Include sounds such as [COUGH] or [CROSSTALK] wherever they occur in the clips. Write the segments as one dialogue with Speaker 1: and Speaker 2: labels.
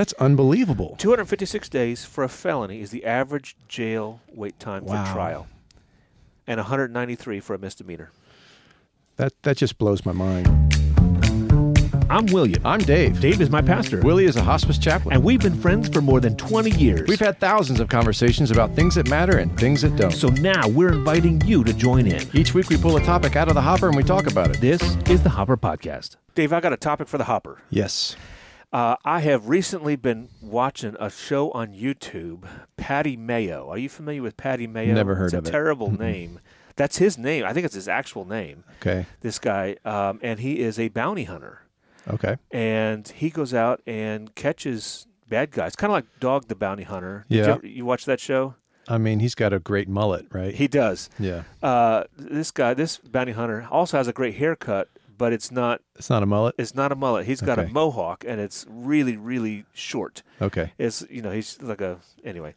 Speaker 1: That's unbelievable.
Speaker 2: 256 days for a felony is the average jail wait time
Speaker 1: Wow.
Speaker 2: for trial, and 193 for a misdemeanor.
Speaker 1: That that just blows my mind.
Speaker 2: I'm William.
Speaker 1: I'm Dave.
Speaker 2: Dave is my pastor,
Speaker 1: Willie is a hospice chaplain.
Speaker 2: and we've been friends for more than 20 years.
Speaker 1: We've had thousands of conversations about things that matter and things that don't.
Speaker 2: so now we're inviting you to join in.
Speaker 1: Each week we pull a topic out of the hopper and we talk about it.
Speaker 2: This is the Hopper Podcast. Dave, I got a topic for the Hopper.
Speaker 1: Yes.
Speaker 2: Uh, I have recently been watching a show on YouTube, Patty Mayo. Are you familiar with Patty Mayo?
Speaker 1: Never heard
Speaker 2: it's
Speaker 1: of
Speaker 2: a
Speaker 1: it.
Speaker 2: Terrible name. That's his name. I think it's his actual name.
Speaker 1: Okay.
Speaker 2: This guy, um, and he is a bounty hunter,
Speaker 1: Okay.
Speaker 2: and he goes out and catches bad guys, kind of like Dog the Bounty Hunter. Did
Speaker 1: Yeah.
Speaker 2: you, ever- you watch that show?
Speaker 1: I mean, he's got a great mullet, right?
Speaker 2: He does.
Speaker 1: yeah.
Speaker 2: Uh, this guy, this bounty hunter, also has a great haircut, but it's not
Speaker 1: It's not a mullet.
Speaker 2: it's not a mullet. He's got
Speaker 1: Okay.
Speaker 2: a mohawk, and it's really really short.
Speaker 1: Okay.
Speaker 2: It's you know he's like a anyway.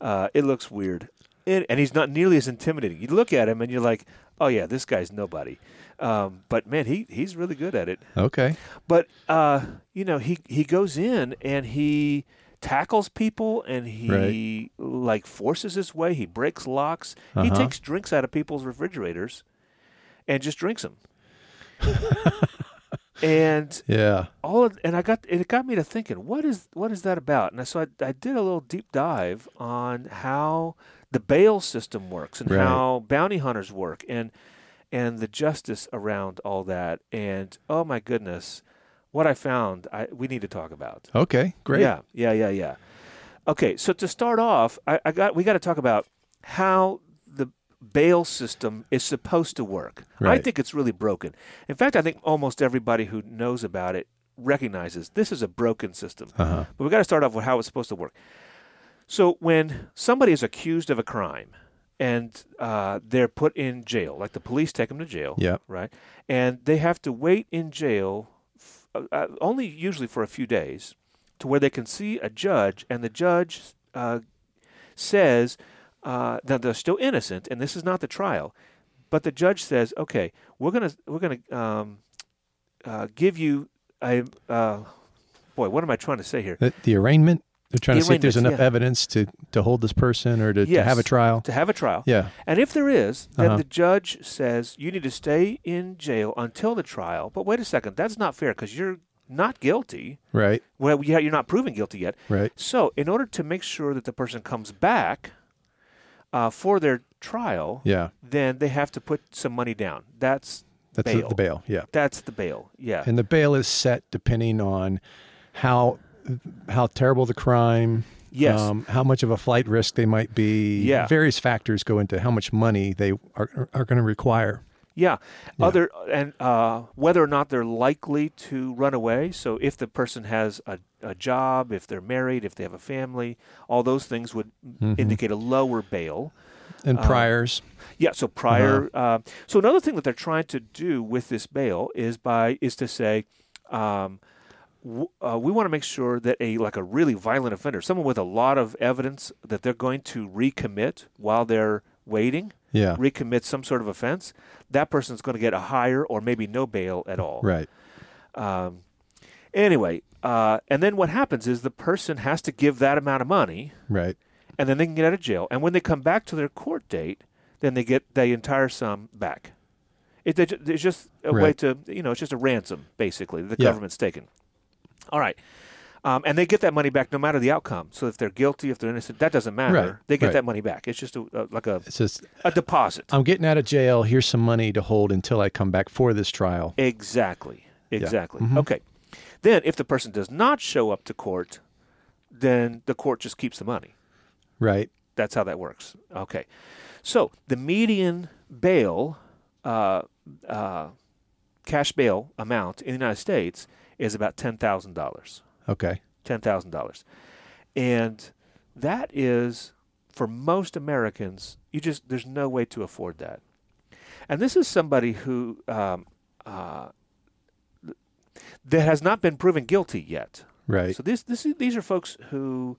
Speaker 2: Uh, it looks weird, it, and he's not nearly as intimidating. You look at him and you're like, oh yeah, this guy's nobody. Um, but man, he he's really good at it.
Speaker 1: Okay.
Speaker 2: But uh, you know he he goes in and he tackles people and he like forces his way. He breaks locks. He
Speaker 1: Uh-huh.
Speaker 2: takes drinks out of people's refrigerators, and just drinks them. and
Speaker 1: Yeah.
Speaker 2: all of, and I got and it got me to thinking what is what is that about and I- so I, I did a little deep dive on how the bail system works and
Speaker 1: Right.
Speaker 2: how bounty hunters work and and the justice around all that and oh my goodness what I found I we need to talk about
Speaker 1: Okay. Great.
Speaker 2: yeah yeah yeah yeah okay so to start off I, I got we got to talk about how the bail system is supposed to work I
Speaker 1: Right.
Speaker 2: think it's really broken in fact I think almost everybody who knows about it recognizes this is a broken system
Speaker 1: Uh-huh.
Speaker 2: but we got to start off with how it's supposed to work. So when somebody is accused of a crime and uh, they're put in jail, like the police take them to jail,
Speaker 1: Yeah.
Speaker 2: right, and they have to wait in jail f- uh, uh, only usually for a few days to where they can see a judge, and the judge uh, says uh, that they're still innocent, and this is not the trial. But the judge says, "Okay, we're gonna we're gonna um, uh, give you a uh, boy. What am I trying to say here?
Speaker 1: The, the arraignment. They're trying
Speaker 2: The
Speaker 1: to see if there's
Speaker 2: arraignment,
Speaker 1: enough
Speaker 2: yeah.
Speaker 1: evidence to, to hold this person or to, to
Speaker 2: Yes.
Speaker 1: have a trial.
Speaker 2: To have a trial.
Speaker 1: Yeah.
Speaker 2: And if there is, then
Speaker 1: Uh-huh.
Speaker 2: the judge says you need to stay in jail until the trial. But wait a second, that's not fair because you're not guilty.
Speaker 1: Right.
Speaker 2: Well, yeah, you're not proven guilty yet.
Speaker 1: Right.
Speaker 2: So, in order to make sure that the person comes back uh, for their trial,
Speaker 1: Yeah.
Speaker 2: then they have to put some money down. That's
Speaker 1: That's
Speaker 2: bail.
Speaker 1: The, the bail. Yeah.
Speaker 2: that's the bail. Yeah.
Speaker 1: and the bail is set depending on how how terrible the crime um,
Speaker 2: Yes.
Speaker 1: how much of a flight risk they might be
Speaker 2: Yeah.
Speaker 1: various factors go into how much money they are, are going to require
Speaker 2: Yeah. Other and uh, whether or not they're likely to run away. So if the person has a, a job, if they're married, if they have a family, all those things would indicate a lower bail.
Speaker 1: and
Speaker 2: Uh,
Speaker 1: priors
Speaker 2: Yeah. So prior. uh, so another thing that they're trying to do with this bail is by is to say. Um, w- uh, we want to make sure that a like a really violent offender, someone with a lot of evidence that they're going to recommit while they're waiting,
Speaker 1: yeah
Speaker 2: recommit some sort of offense, that person's going to get a higher or maybe no bail at all.
Speaker 1: right
Speaker 2: Um, anyway, uh, and then what happens is the person has to give that amount of money,
Speaker 1: right
Speaker 2: and then they can get out of jail. And when they come back to their court date, then they get the entire sum back. It, they, ju- it's just a way
Speaker 1: Right.
Speaker 2: to, you know, it's just a ransom, basically, that the
Speaker 1: Yeah.
Speaker 2: government's taken. All right. Um, and they get that money back no matter the outcome. So if they're guilty, if they're innocent, that doesn't matter.
Speaker 1: Right,
Speaker 2: They get
Speaker 1: right.
Speaker 2: that money back. It's just a, a, like a,
Speaker 1: it's just
Speaker 2: a deposit.
Speaker 1: i'm getting out of jail here's some money to hold until i come back for this trial
Speaker 2: Exactly. Exactly. Okay. Then, if the person does not show up to court, then the court just keeps the money.
Speaker 1: right
Speaker 2: That's how that works. Okay. So the median bail, uh, uh, cash bail amount in the United States is about ten thousand dollars.
Speaker 1: okay
Speaker 2: Ten thousand dollars, and that is for most Americans. You just there's no way to afford that. And this is somebody who um, uh, that has not been proven guilty yet.
Speaker 1: right
Speaker 2: So this, this is, these are folks who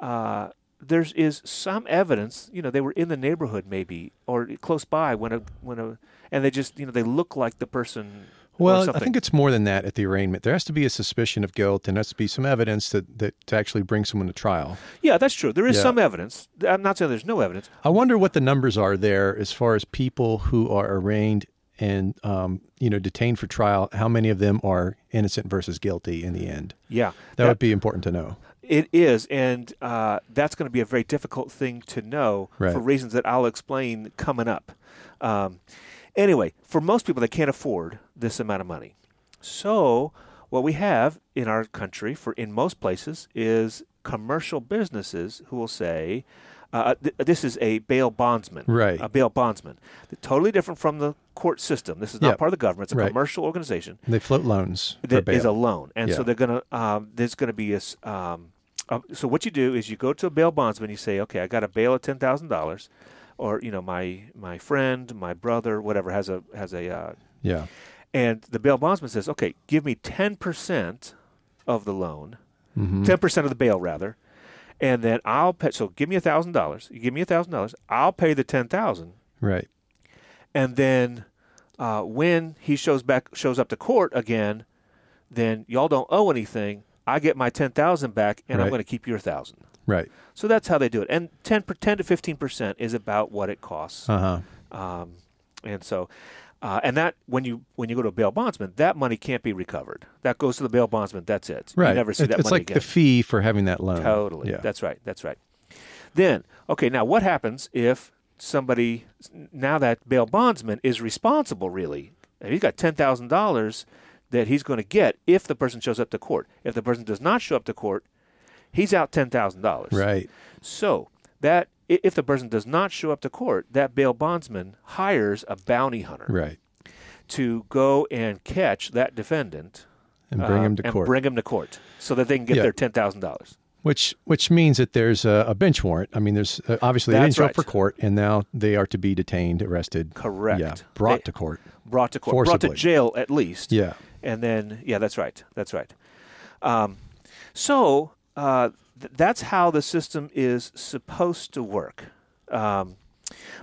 Speaker 2: uh, there is is some evidence. You know, they were in the neighborhood maybe or close by when a when a and they just you know they look like the person or
Speaker 1: Well, I
Speaker 2: something.
Speaker 1: think it's more than that at the arraignment. There has to be a suspicion of guilt and there has to be some evidence that, that to actually bring someone to trial.
Speaker 2: yeah, that's true. There is
Speaker 1: Yeah.
Speaker 2: some evidence. I'm not saying there's no evidence.
Speaker 1: I wonder what the numbers are there as far as people who are arraigned and um, you know detained for trial. How many of them are innocent versus guilty in the end?
Speaker 2: Yeah,
Speaker 1: That would be important to know.
Speaker 2: It is, and uh, that's going to be a very difficult thing to know
Speaker 1: Right.
Speaker 2: for reasons that I'll explain coming up. Um, anyway, for most people, they can't afford this amount of money. So, what we have in our country, for in most places, is commercial businesses who will say, uh, th- "This is a bail bondsman,
Speaker 1: Right.
Speaker 2: a bail bondsman." They're totally different from the court system. This is not
Speaker 1: Yeah.
Speaker 2: part of the government; it's a
Speaker 1: Right.
Speaker 2: commercial organization
Speaker 1: They float loans for
Speaker 2: that
Speaker 1: bail.
Speaker 2: is a loan, and so
Speaker 1: Yeah.
Speaker 2: they're gonna um, there's gonna be a s- um, uh, so what you do is you go to a bail bondsman, you say, okay, I got a bail of ten thousand dollars, or you know my my friend, my brother, whatever has a has a, uh,
Speaker 1: yeah,
Speaker 2: and the bail bondsman says, okay, give me ten percent of the loan,
Speaker 1: Mm-hmm.
Speaker 2: 10 percent of the bail rather, and then I'll pay. So give me a thousand dollars. You give me a thousand dollars, I'll pay the ten thousand,
Speaker 1: right.
Speaker 2: and then uh, when he shows back shows up to court again, then y'all don't owe anything. I get my ten thousand back, and I'm
Speaker 1: Right.
Speaker 2: going to keep your thousand.
Speaker 1: Right.
Speaker 2: So that's how they do it. And 10, per- 10 to fifteen percent is about what it costs.
Speaker 1: Uh huh.
Speaker 2: Um, and so, uh, and that when you when you go to a bail bondsman, that money can't be recovered. That goes to the bail bondsman. That's it.
Speaker 1: Right.
Speaker 2: You never see
Speaker 1: It-
Speaker 2: that
Speaker 1: it's
Speaker 2: money
Speaker 1: like
Speaker 2: again.
Speaker 1: the fee for having that loan.
Speaker 2: Totally.
Speaker 1: Yeah.
Speaker 2: That's right. That's right. Then, okay, now what happens if somebody, now that bail bondsman is responsible really? If he's got $10,000 that he's going to get if the person shows up to court. If the person does not show up to court, he's out $10,000.
Speaker 1: right.
Speaker 2: So, that i- if the person does not show up to court, that bail bondsman hires a bounty hunter
Speaker 1: Right.
Speaker 2: to go and catch that defendant
Speaker 1: And bring
Speaker 2: uh,
Speaker 1: them to
Speaker 2: and
Speaker 1: court.
Speaker 2: bring him to court so that they can get
Speaker 1: Yeah.
Speaker 2: their $10,000.
Speaker 1: Which which means that there's a, a bench warrant. I mean, there's uh, obviously they didn't
Speaker 2: That's
Speaker 1: show
Speaker 2: right.
Speaker 1: up for court, and now they are to be detained, arrested.
Speaker 2: Correct.
Speaker 1: Yeah, brought
Speaker 2: They-
Speaker 1: to court.
Speaker 2: brought to court, brought
Speaker 1: Forcibly.
Speaker 2: to jail at least.
Speaker 1: Yeah,
Speaker 2: And then, yeah, that's right. That's right. Um, so uh, th- that's how the system is supposed to work. Um,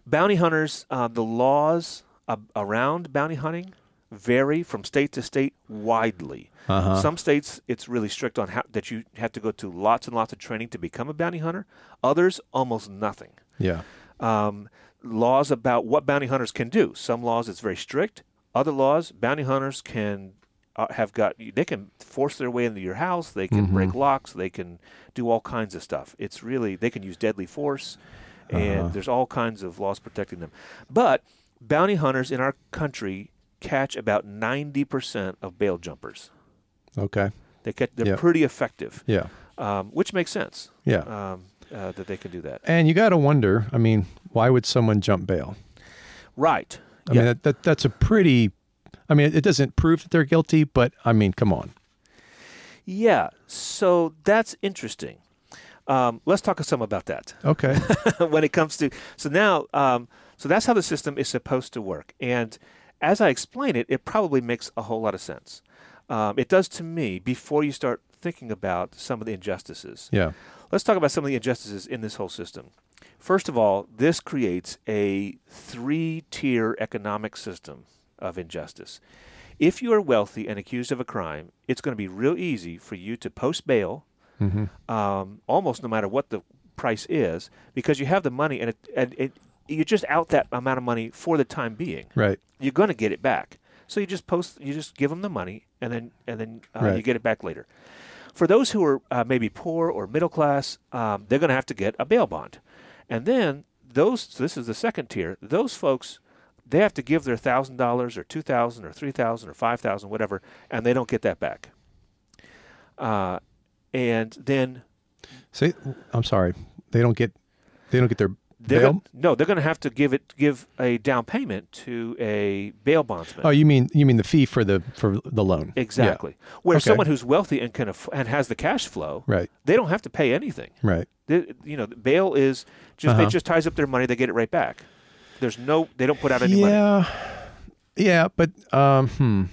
Speaker 2: bounty hunters, uh, the laws ab- around bounty hunting vary from state to state widely.
Speaker 1: Uh-huh.
Speaker 2: Some states, it's really strict on how that you have to go to lots and lots of training to become a bounty hunter. Others, almost nothing
Speaker 1: yeah,
Speaker 2: um, laws about what bounty hunters can do. Some laws it's very strict. Other laws, bounty hunters can uh, have got they can force their way into your house. They can break locks. They can do all kinds of stuff. It's really they can use deadly force, and there's all kinds of laws protecting them. But bounty hunters in our country catch about ninety percent of bail jumpers.
Speaker 1: okay,
Speaker 2: They catch, they're
Speaker 1: Yeah.
Speaker 2: pretty effective,
Speaker 1: yeah,
Speaker 2: um, which makes sense
Speaker 1: yeah.
Speaker 2: um, uh, that they can do that.
Speaker 1: and you got to wonder. I mean, why would someone jump bail?
Speaker 2: Right.
Speaker 1: I mean, that, that that's a pretty. I mean, it doesn't prove that they're guilty, but I mean, come on.
Speaker 2: Yeah, so that's interesting. Um, let's talk some about that [LAUGHS]
Speaker 1: Okay,
Speaker 2: when it comes to so now. Um, so that's how the system is supposed to work, and as I explain it, it probably makes a whole lot of sense. Um, it does to me before you start thinking about some of the injustices.
Speaker 1: yeah,
Speaker 2: Let's talk about some of the injustices in this whole system. First of all, this creates a three tier economic system of injustice. If you are wealthy and accused of a crime, it's going to be real easy for you to post bail, um, almost no matter what the price is, because you have the money and, it, and it, you're just out that amount of money for the time being
Speaker 1: right,
Speaker 2: you're going to get it back. So you just post, you just give them the money, and then and then uh,
Speaker 1: Right.
Speaker 2: you get it back later. For those who are uh, maybe poor or middle class, um, they're going to have to get a bail bond, and then those. So this is the second tier. Those folks, they have to give their thousand dollars or two thousand or three thousand or five thousand, whatever, and they don't get that back. Uh, and then
Speaker 1: See, I'm sorry, they don't get they don't get their
Speaker 2: they're
Speaker 1: bail.
Speaker 2: gonna- no, they're going to have to give it give a down payment to a bail bondsman.
Speaker 1: oh, you mean you mean the fee for the for the loan? Yeah,
Speaker 2: Exactly. Where
Speaker 1: Okay.
Speaker 2: someone who's wealthy and can aff- and has the cash flow,
Speaker 1: Right.
Speaker 2: they don't have to pay anything.
Speaker 1: Right.
Speaker 2: They, you know, bail is just they
Speaker 1: Uh-huh.
Speaker 2: just ties up their money, they get it right back. There's no they don't put out any money.
Speaker 1: Yeah. Yeah, but um, hmm.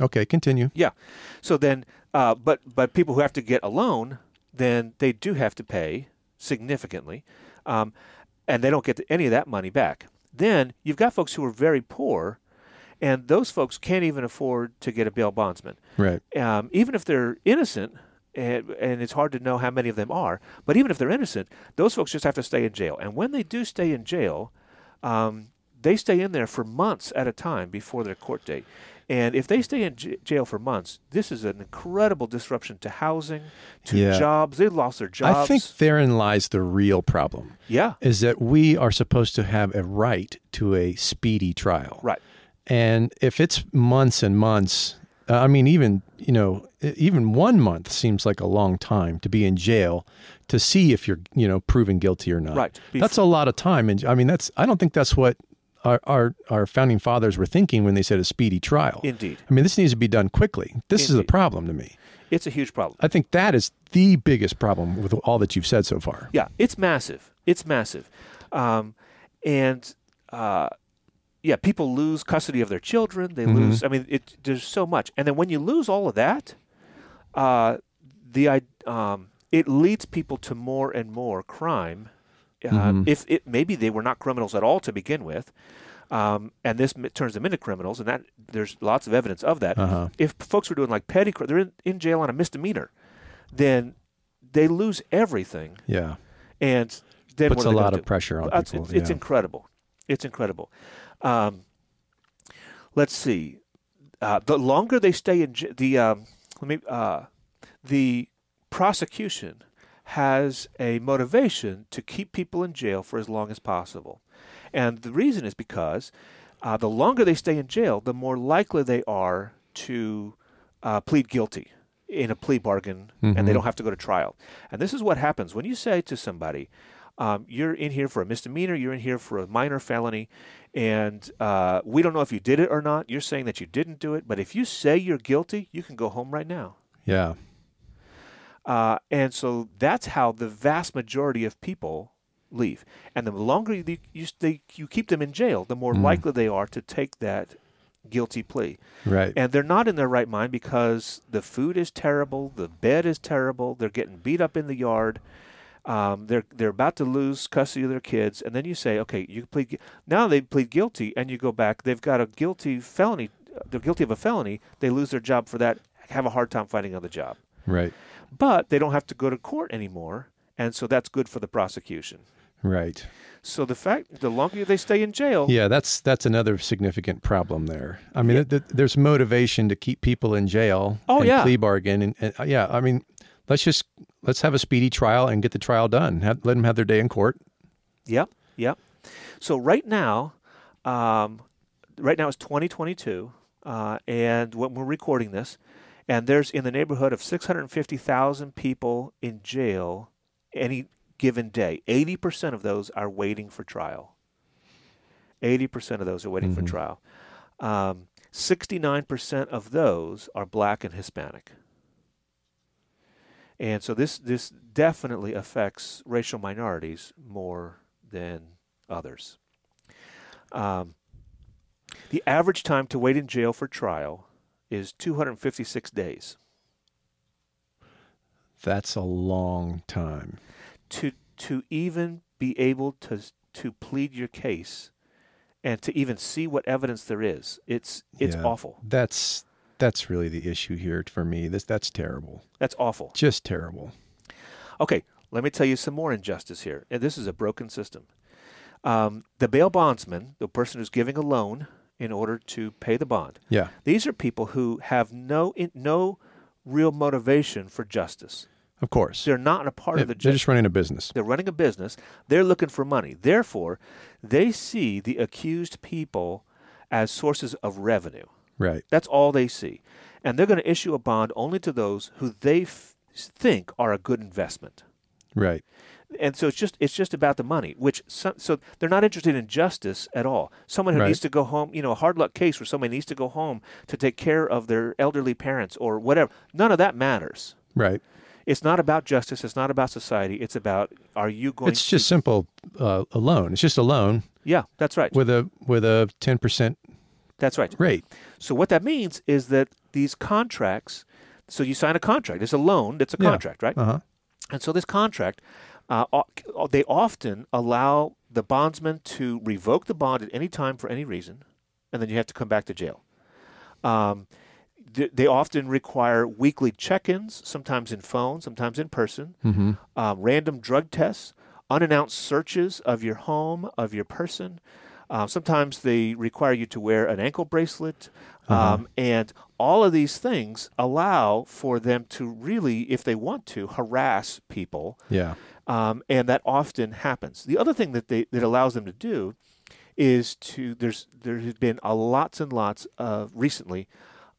Speaker 1: Okay, continue.
Speaker 2: Yeah. So then uh, but but people who have to get a loan, then they do have to pay significantly. Um, and they don't get any of that money back. Then you've got folks who are very poor and those folks can't even afford to get a bail bondsman,
Speaker 1: Right.
Speaker 2: um, even if they're innocent. And, and it's hard to know how many of them are, but even if they're innocent, those folks just have to stay in jail. And when they do stay in jail, um, they stay in there for months at a time before their court date. And if they stay in j- jail for months, this is an incredible disruption to housing, to
Speaker 1: Yeah.
Speaker 2: jobs. They lost their jobs.
Speaker 1: I think therein lies the real problem
Speaker 2: yeah,
Speaker 1: is that we are supposed to have a right to a speedy trial.
Speaker 2: right.
Speaker 1: And if it's months and months, uh, I mean, even, you know, e- even one month seems like a long time to be in jail to see if you're, you know, proven guilty or not.
Speaker 2: Right. Bef-
Speaker 1: That's a lot of time. And I mean, that's, I don't think that's what our, our, our founding fathers were thinking when they said a speedy trial.
Speaker 2: Indeed.
Speaker 1: I mean, this needs to be done quickly. This is a
Speaker 2: Indeed.
Speaker 1: problem to me.
Speaker 2: It's a huge problem.
Speaker 1: I think that is the biggest problem with all that you've said so far.
Speaker 2: Yeah, it's massive. It's massive, um, and uh, yeah, people lose custody of their children. They lose. I mean, it, there's so much, and then when you lose all of that, uh, the i- um, it leads people to more and more crime. Uh, If it maybe they were not criminals at all to begin with. Um, and this m- turns them into criminals, and that there's lots of evidence of that.
Speaker 1: Uh-huh.
Speaker 2: If folks were doing like petty, cri- they're in, in jail on a misdemeanor, then they lose everything
Speaker 1: Yeah.
Speaker 2: and then
Speaker 1: Puts
Speaker 2: what are
Speaker 1: a
Speaker 2: they gonna
Speaker 1: lot of
Speaker 2: do?
Speaker 1: pressure on
Speaker 2: That's-
Speaker 1: people.
Speaker 2: It's, it's
Speaker 1: yeah.
Speaker 2: incredible. It's incredible. Um, let's see. Uh, the longer they stay in j- the um, let me uh, the prosecution has a motivation to keep people in jail for as long as possible, and the reason is because uh, the longer they stay in jail, the more likely they are to uh, plead guilty in a plea bargain, and they don't have to go to trial. And this is what happens when you say to somebody, um, "You're in here for a misdemeanor. You're in here for a minor felony, and uh, we don't know if you did it or not. You're saying that you didn't do it, but if you say you're guilty, you can go home right now."
Speaker 1: yeah.
Speaker 2: Uh, and so that's how the vast majority of people leave. And the longer you, you, they, you keep them in jail, the more likely they are to take that guilty plea.
Speaker 1: Right.
Speaker 2: And they're not in their right mind because the food is terrible, the bed is terrible, they're getting beat up in the yard. Um, they're they're about to lose custody of their kids, and then you say, okay, you plead. gui- Now they plead guilty, and you go back. They've got a guilty felony. They're guilty of a felony. They lose their job for that. Have a hard time finding another job
Speaker 1: right.
Speaker 2: but they don't have to go to court anymore, and so that's good for the prosecution.
Speaker 1: Right.
Speaker 2: So the fact the longer they stay in jail,
Speaker 1: Yeah, that's that's another significant problem there. I mean, th- th- there's motivation to keep people in jail.
Speaker 2: Oh,
Speaker 1: and
Speaker 2: yeah.
Speaker 1: plea bargain and, and uh, yeah. I mean, let's just let's have a speedy trial and get the trial done. Have, let them have their day in court.
Speaker 2: yep, yep. So right now, um, right now it's 2022, uh, and when we're recording this, and there's in the neighborhood of 650,000 people in jail any given day. 80% of those are waiting for trial. 80% of those are waiting for trial. Um, 69% of those are black and Hispanic. And so this this definitely affects racial minorities more than others. Um, the average time to wait in jail for trial is 256 days.
Speaker 1: That's a long time.
Speaker 2: To to even be able to s- to plead your case and to even see what evidence there is, it's it's
Speaker 1: Yeah.
Speaker 2: awful.
Speaker 1: That's that's really the issue here for me. This that's terrible.
Speaker 2: That's awful.
Speaker 1: Just terrible.
Speaker 2: Okay, let me tell you some more injustice here. And this is a broken system. Um, the bail bondsman, the person who's giving a loan in order to pay the bond,
Speaker 1: Yeah.
Speaker 2: these are people who have no in, no real motivation for justice.
Speaker 1: Of course.
Speaker 2: They're not a part
Speaker 1: Yeah,
Speaker 2: of the
Speaker 1: They're
Speaker 2: justice.
Speaker 1: just running a business.
Speaker 2: They're running a business. They're looking for money. Therefore, they see the accused people as sources of revenue.
Speaker 1: Right.
Speaker 2: That's all they see. And they're going to issue a bond only to those who they f- think are a good investment.
Speaker 1: Right.
Speaker 2: And so it's just it's just about the money, which some, so they're not interested in justice at all. Someone who
Speaker 1: Right.
Speaker 2: needs to go home, you know, a hard luck case where somebody needs to go home to take care of their elderly parents or whatever. None of that matters.
Speaker 1: Right.
Speaker 2: It's not about justice. It's not about society. It's about are you going?
Speaker 1: It's just simple uh, a loan. It's just a loan
Speaker 2: yeah, that's right.
Speaker 1: with a with a ten percent
Speaker 2: That's right.
Speaker 1: rate.
Speaker 2: So what that means is that these contracts. So you sign a contract. It's a loan. It's a
Speaker 1: Yeah.
Speaker 2: contract, right?
Speaker 1: Uh huh.
Speaker 2: And so this contract, uh, o- they often allow the bondsman to revoke the bond at any time for any reason, and then you have to come back to jail. Um, th- they often require weekly check ins, sometimes in phone, sometimes in person,
Speaker 1: Mm-hmm.
Speaker 2: um, random drug tests, unannounced searches of your home, of your person. Uh, sometimes they require you to wear an ankle bracelet. Um, And all of these things allow for them to really, if they want to, harass people
Speaker 1: Yeah.
Speaker 2: um, and that often happens. The other thing that they that allows them to do is to there's there has been a lots and lots of recently.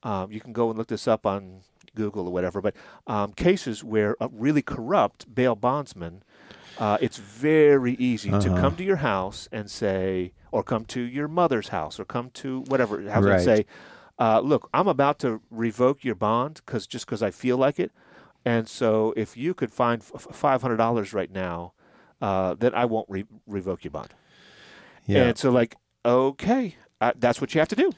Speaker 2: Um, you can go and look this up on Google or whatever, but um, cases where a really corrupt bail bondsman, uh, it's very easy to
Speaker 1: Uh-huh.
Speaker 2: come to your house and say, or come to your mother's house, or come to whatever house
Speaker 1: Right.
Speaker 2: and say, uh, "Look, I'm about to revoke your bond because just because I feel like it, and so if you could find f- five hundred dollars right now, uh, then I won't re- revoke your bond."
Speaker 1: Yeah.
Speaker 2: And so, like, okay, uh, that's what you have to do.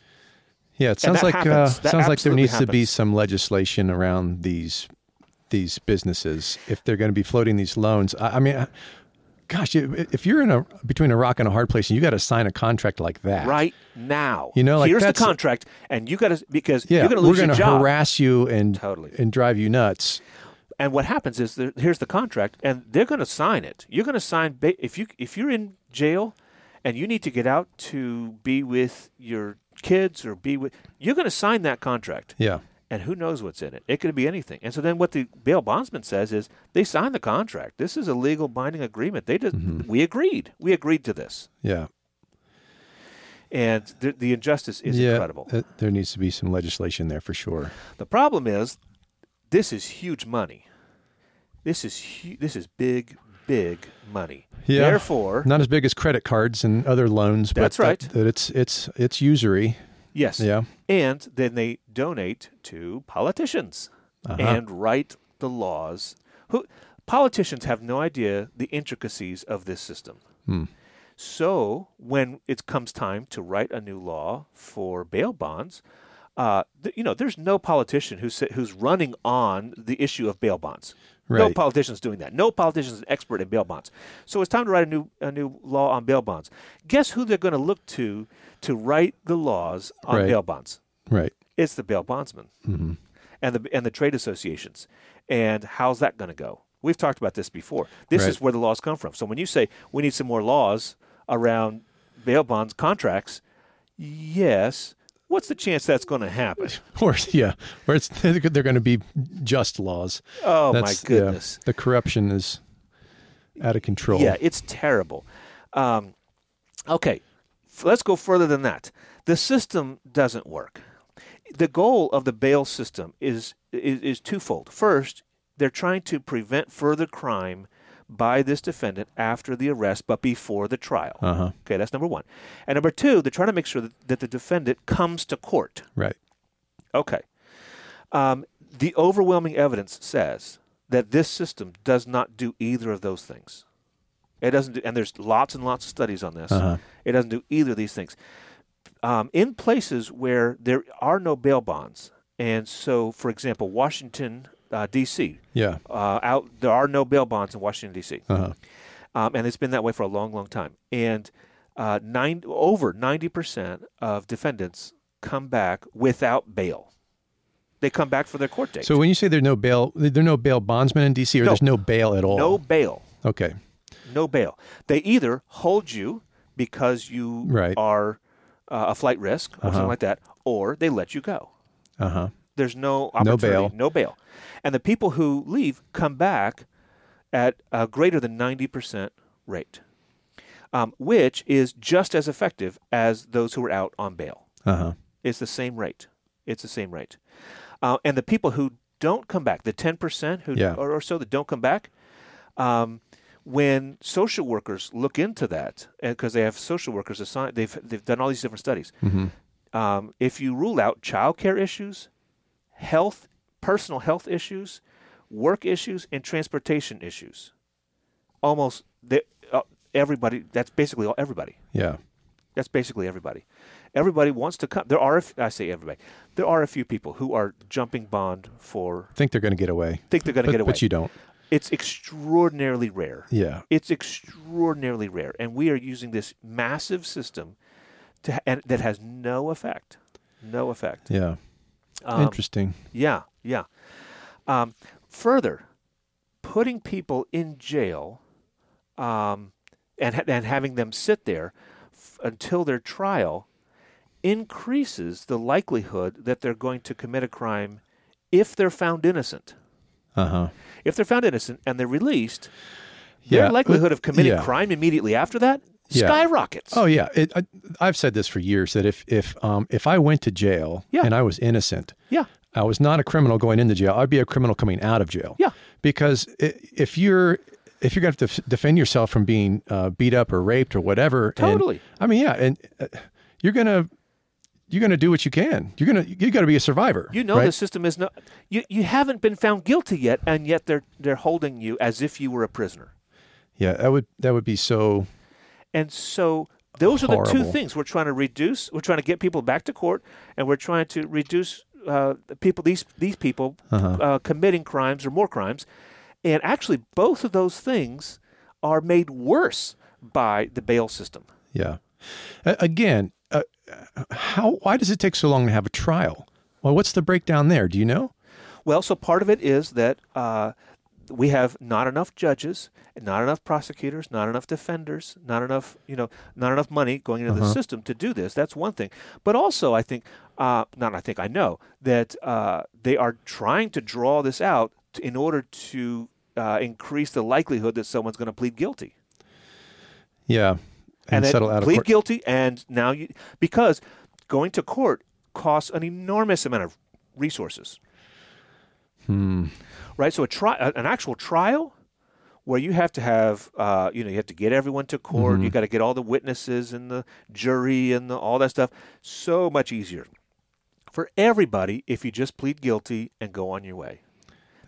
Speaker 1: Yeah, it sounds
Speaker 2: that
Speaker 1: like uh,
Speaker 2: happens. That
Speaker 1: sounds like there
Speaker 2: absolutely
Speaker 1: needs to be
Speaker 2: happens.
Speaker 1: some legislation around these these businesses if they're going to be floating these loans. I, I mean, I- gosh, if if you're in a between a rock and a hard place, and you got to sign a contract like that,
Speaker 2: Right now,
Speaker 1: You know, like,
Speaker 2: here's the
Speaker 1: that's-
Speaker 2: contract, and you got to because
Speaker 1: Yeah,
Speaker 2: you're going to
Speaker 1: we're
Speaker 2: lose
Speaker 1: going
Speaker 2: your
Speaker 1: to
Speaker 2: job.
Speaker 1: harass you and
Speaker 2: Totally.
Speaker 1: and drive you nuts.
Speaker 2: and what happens is there, here's the contract, and they're going to sign it. You're going to sign ba- if you if you're in jail, and you need to get out to be with your kids or be with you're going to sign that contract.
Speaker 1: Yeah,
Speaker 2: and who knows what's in it. It could be anything. And so then what the bail bondsman says is they signed the contract. This is a legal binding agreement. They just, we agreed. We agreed to this.
Speaker 1: yeah,
Speaker 2: And the, the injustice is
Speaker 1: yeah.
Speaker 2: incredible.
Speaker 1: uh, there needs to be some legislation there for sure.
Speaker 2: The problem is this is huge money. This is hu- this is big big money.
Speaker 1: Yeah.
Speaker 2: Therefore,
Speaker 1: Not as big as credit cards and other loans, but
Speaker 2: That's
Speaker 1: that-
Speaker 2: right.
Speaker 1: that it's it's it's usury.
Speaker 2: yes.
Speaker 1: Yeah,
Speaker 2: And then they donate to politicians
Speaker 1: Uh-huh.
Speaker 2: and write the laws. Who politicians have no idea the intricacies of this system. So when it comes time to write a new law for bail bonds, uh, th- you know, there's no politician who's who's running on the issue of bail bonds. No
Speaker 1: Right.
Speaker 2: politicians doing that. No politicians an expert in bail bonds. So it's time to write a new a new law on bail bonds. Guess who they're going to look to to write the laws on
Speaker 1: Right.
Speaker 2: bail bonds?
Speaker 1: right.
Speaker 2: It's the bail bondsman
Speaker 1: Mm-hmm.
Speaker 2: and the and the trade associations. And how's that going to go? We've talked about this before. This
Speaker 1: Right.
Speaker 2: is where the laws come from. So when you say we need some more laws around bail bonds contracts, yes. What's the chance that's going to happen?
Speaker 1: [LAUGHS] Or yeah, or it's [LAUGHS] they're going to be just laws.
Speaker 2: Oh my
Speaker 1: yeah,
Speaker 2: goodness!
Speaker 1: the corruption is out of control.
Speaker 2: Yeah, it's terrible. Um, okay, f- let's go further than that. The system doesn't work. The goal of the bail system is, is is twofold. First, they're trying to prevent further crime by this defendant after the arrest, but before the trial.
Speaker 1: Uh-huh.
Speaker 2: Okay, that's number one. And number two, they're trying to make sure that, that the defendant comes to court.
Speaker 1: Right.
Speaker 2: Okay. Um, the overwhelming evidence says that this system does not do either of those things. It doesn't do, and there's lots and lots of studies on this.
Speaker 1: Uh-huh.
Speaker 2: It doesn't do either of these things. Um, in places where there are no bail bonds, and so, for example, Washington, uh, D.C.,
Speaker 1: Yeah.
Speaker 2: uh, out there are no bail bonds in Washington, D.C
Speaker 1: Uh-huh.
Speaker 2: um, and it's been that way for a long, long time. And uh, nine, over ninety percent of defendants come back without bail. They come back for their court date.
Speaker 1: So when you say there're no bail, there are no bail bondsmen in D.C. or
Speaker 2: No.
Speaker 1: there's no bail at all.
Speaker 2: no bail,
Speaker 1: Okay.
Speaker 2: no bail. They either hold you because you
Speaker 1: Right. Uh-huh.
Speaker 2: are uh, a flight risk or something like that, or they let you go.
Speaker 1: Uh huh.
Speaker 2: There's no
Speaker 1: No
Speaker 2: opportunity,
Speaker 1: bail.
Speaker 2: no bail. And the people who leave come back at a greater than 90% rate, um, which is just as effective as those who are out on bail.
Speaker 1: Uh huh.
Speaker 2: It's the same rate. It's the same rate. Uh, and the people who don't come back, the 10% who
Speaker 1: Yeah.
Speaker 2: or, or so that don't come back, um, when social workers look into that, because they have social workers assigned, they've, they've done all these different studies. Um, if you rule out childcare issues, health, personal health issues, work issues, and transportation issues, almost the, uh, everybody, that's basically all, everybody.
Speaker 1: Yeah.
Speaker 2: That's basically everybody. Everybody wants to come. There are, a f- I say everybody. There are a few people who are jumping bond for
Speaker 1: Think they're going to get away.
Speaker 2: think they're going to
Speaker 1: but,
Speaker 2: get away.
Speaker 1: But you don't.
Speaker 2: it's extraordinarily rare.
Speaker 1: Yeah.
Speaker 2: It's extraordinarily rare, and we are using this massive system to ha- and that has no effect, no effect.
Speaker 1: Yeah.
Speaker 2: Um,
Speaker 1: Interesting.
Speaker 2: yeah, yeah. Um, further, putting people in jail um, and ha- and having them sit there f- until their trial increases the likelihood that they're going to commit a crime if they're found innocent.
Speaker 1: Uh huh.
Speaker 2: If they're found innocent and they're released,
Speaker 1: Yeah.
Speaker 2: their likelihood of committing
Speaker 1: yeah.
Speaker 2: crime immediately after that
Speaker 1: Yeah.
Speaker 2: skyrockets.
Speaker 1: Oh yeah, it, I, I've said this for years that if if um, if I went to jail
Speaker 2: Yeah.
Speaker 1: and I was innocent,
Speaker 2: yeah,
Speaker 1: I was not a criminal going into jail. I'd be a criminal coming out of jail.
Speaker 2: Yeah.
Speaker 1: because i if you're if you're going to def- defend yourself from being uh, beat up or raped or whatever, and-
Speaker 2: Totally.
Speaker 1: I mean, yeah, and uh, you're gonna you're gonna do what you can. You're gonna you got to be a survivor.
Speaker 2: you know
Speaker 1: right?
Speaker 2: the system is not. You you haven't been found guilty yet, and yet they're they're holding you as if you were a prisoner.
Speaker 1: Yeah, that would that would be so.
Speaker 2: And so those are the two
Speaker 1: Horrible.
Speaker 2: things we're trying to reduce. We're trying to get people back to court, and we're trying to reduce uh, the people these these people uh, committing crimes or more crimes. And actually, both of those things are made worse by the bail system.
Speaker 1: Yeah. A- again, uh, how why does it take so long to have a trial? Well, what's the breakdown there? Do you know?
Speaker 2: Well, so part of it is that uh, we have not enough judges, not enough prosecutors, not enough defenders, not enough you know, not enough money going into the system to do this. That's one thing. But also, I think uh, not. I think I know that uh, they are trying to draw this out t- in order to uh, increase the likelihood that someone's going to plead guilty
Speaker 1: Yeah, and,
Speaker 2: then
Speaker 1: settle out of
Speaker 2: plead
Speaker 1: court.
Speaker 2: guilty, and now you because going to court costs an enormous amount of resources. Hmm. Right. So a tri- a- an actual trial where you have to have uh, you know you have to get everyone to court.
Speaker 1: Mm-hmm.
Speaker 2: You got to get all the witnesses and the jury and the, all that stuff. So much easier for everybody if you just plead guilty and go on your way.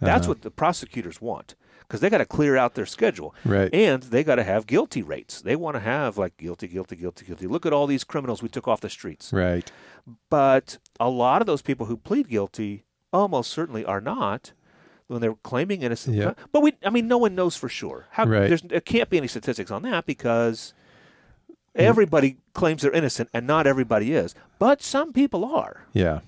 Speaker 2: That's
Speaker 1: Uh-huh.
Speaker 2: what the prosecutors want because they got to clear out their schedule.
Speaker 1: Right.
Speaker 2: And they got to have guilty rates. They want to have like guilty, guilty, guilty, guilty. Look at all these criminals we took off the streets.
Speaker 1: Right.
Speaker 2: But a lot of those people who plead guilty almost certainly are not when they're claiming innocent.
Speaker 1: Yeah.
Speaker 2: But we, I mean, no one knows for sure. How,
Speaker 1: Right.
Speaker 2: There's there can't be any statistics on that because everybody claims they're innocent and not everybody is. But some people are.
Speaker 1: Yeah.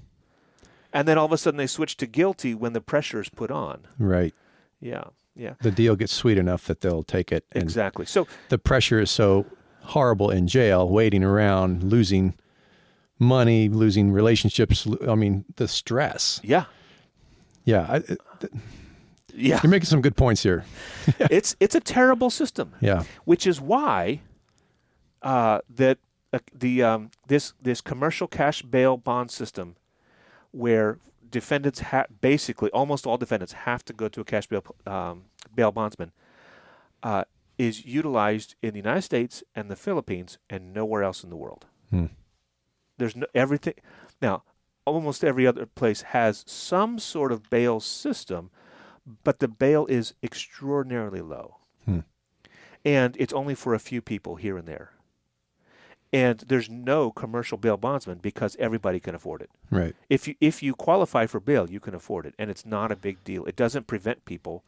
Speaker 2: And then all of a sudden they switch to guilty when the pressure is put on.
Speaker 1: Right.
Speaker 2: Yeah. Yeah.
Speaker 1: The deal gets sweet enough that they'll take it, and
Speaker 2: Exactly. So
Speaker 1: the pressure is so horrible in jail, waiting around, losing money, losing relationships. lo- I mean, the stress.
Speaker 2: yeah.
Speaker 1: Yeah, I, it-
Speaker 2: Yeah.
Speaker 1: you're making some good points here.
Speaker 2: it's it's a terrible system.
Speaker 1: Yeah.
Speaker 2: Which is why uh, that uh, the um, this this commercial cash bail bond system, where defendants ha- basically almost all defendants have to go to a cash bail um, bail bondsman, uh, is utilized in the United States and the Philippines and nowhere else in the world. There's no, everything now. Almost every other place has some sort of bail system, but the bail is extraordinarily low. And it's only for a few people here and there. And there's no commercial bail bondsman because everybody can afford it.
Speaker 1: Right.
Speaker 2: If you if you qualify for bail, you can afford it, and it's not a big deal. It doesn't prevent people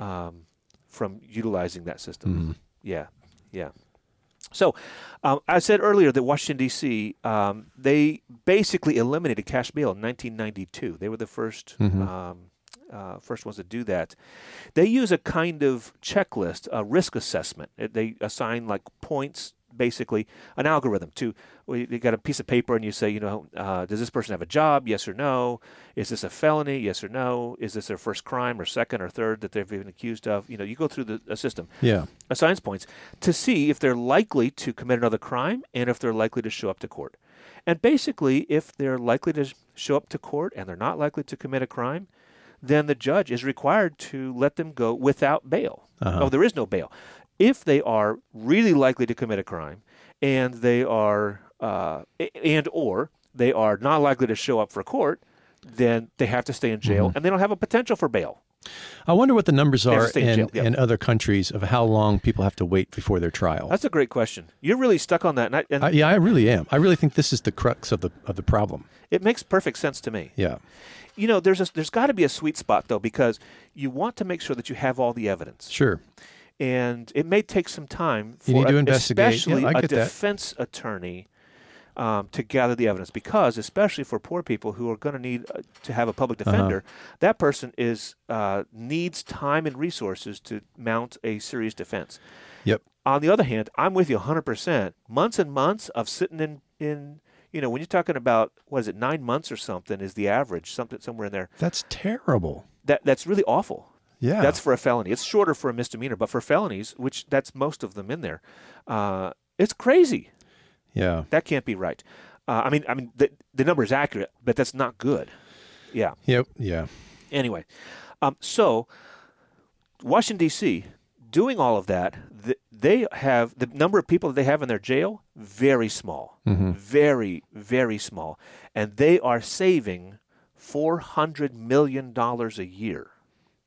Speaker 2: um, from utilizing that system. Yeah, yeah. So, um, I said earlier that Washington D.C. Um, they basically eliminated cash bail in 1992. They were the 1st um, uh, first ones to do that. They use a kind of checklist, a risk assessment. It- They assign like points, basically an algorithm to. well, You you got a piece of paper and you say, you know, uh, does this person have a job? Yes or no. Is this a felony? Yes or no. Is this their first crime or second or third that they've been accused of? You know, you go through the a system
Speaker 1: Yeah.
Speaker 2: assigns points to see if they're likely to commit another crime and if they're likely to show up to court. And basically, if they're likely to sh- show up to court and they're not likely to commit a crime, then the judge is required to let them go without bail. Oh, there is no bail. If they are really likely to commit a crime and they are uh, a- and or they are not likely to show up for court, then they have to stay in jail and they don't have a potential for bail.
Speaker 1: I wonder what the numbers
Speaker 2: have to
Speaker 1: are
Speaker 2: stay in
Speaker 1: in,
Speaker 2: jail, yeah.
Speaker 1: in other countries of how long people have to wait before their trial.
Speaker 2: That's a great question. You're really stuck on that, and, I, and
Speaker 1: I, yeah, I really am. I really think this is the crux of the of the problem.
Speaker 2: it makes perfect sense to me.
Speaker 1: Yeah.
Speaker 2: you know there's a, there's got to be a sweet spot though because you want to make sure that you have all the evidence
Speaker 1: Sure.
Speaker 2: and it may take some time for
Speaker 1: You need to
Speaker 2: a-
Speaker 1: investigate. Yeah,
Speaker 2: especially
Speaker 1: I
Speaker 2: a
Speaker 1: get that.
Speaker 2: defense attorney um, to gather the evidence because, especially for poor people who are going to need uh, to have a public
Speaker 1: Uh-huh.
Speaker 2: defender, that person is uh, needs time and resources to mount a serious defense.
Speaker 1: Yep.
Speaker 2: On the other hand, I'm with you 100%. Months and months of sitting in in you know when you're talking about what is it nine months or something is the average something somewhere in there.
Speaker 1: That's terrible.
Speaker 2: That that's really awful.
Speaker 1: Yeah.
Speaker 2: That's for a felony. It's shorter for a misdemeanor, but for felonies, which that's most of them in there, uh, it's crazy.
Speaker 1: yeah.
Speaker 2: That can't be right. Uh, I mean, I mean, the, the number is accurate, but that's not good. Yeah.
Speaker 1: Yep. Yeah.
Speaker 2: Anyway, um, so Washington D.C. doing all of that, th- they have the number of people that they have in their jail very small,
Speaker 1: Mm-hmm.
Speaker 2: very very small, and they are saving four hundred million dollars a year.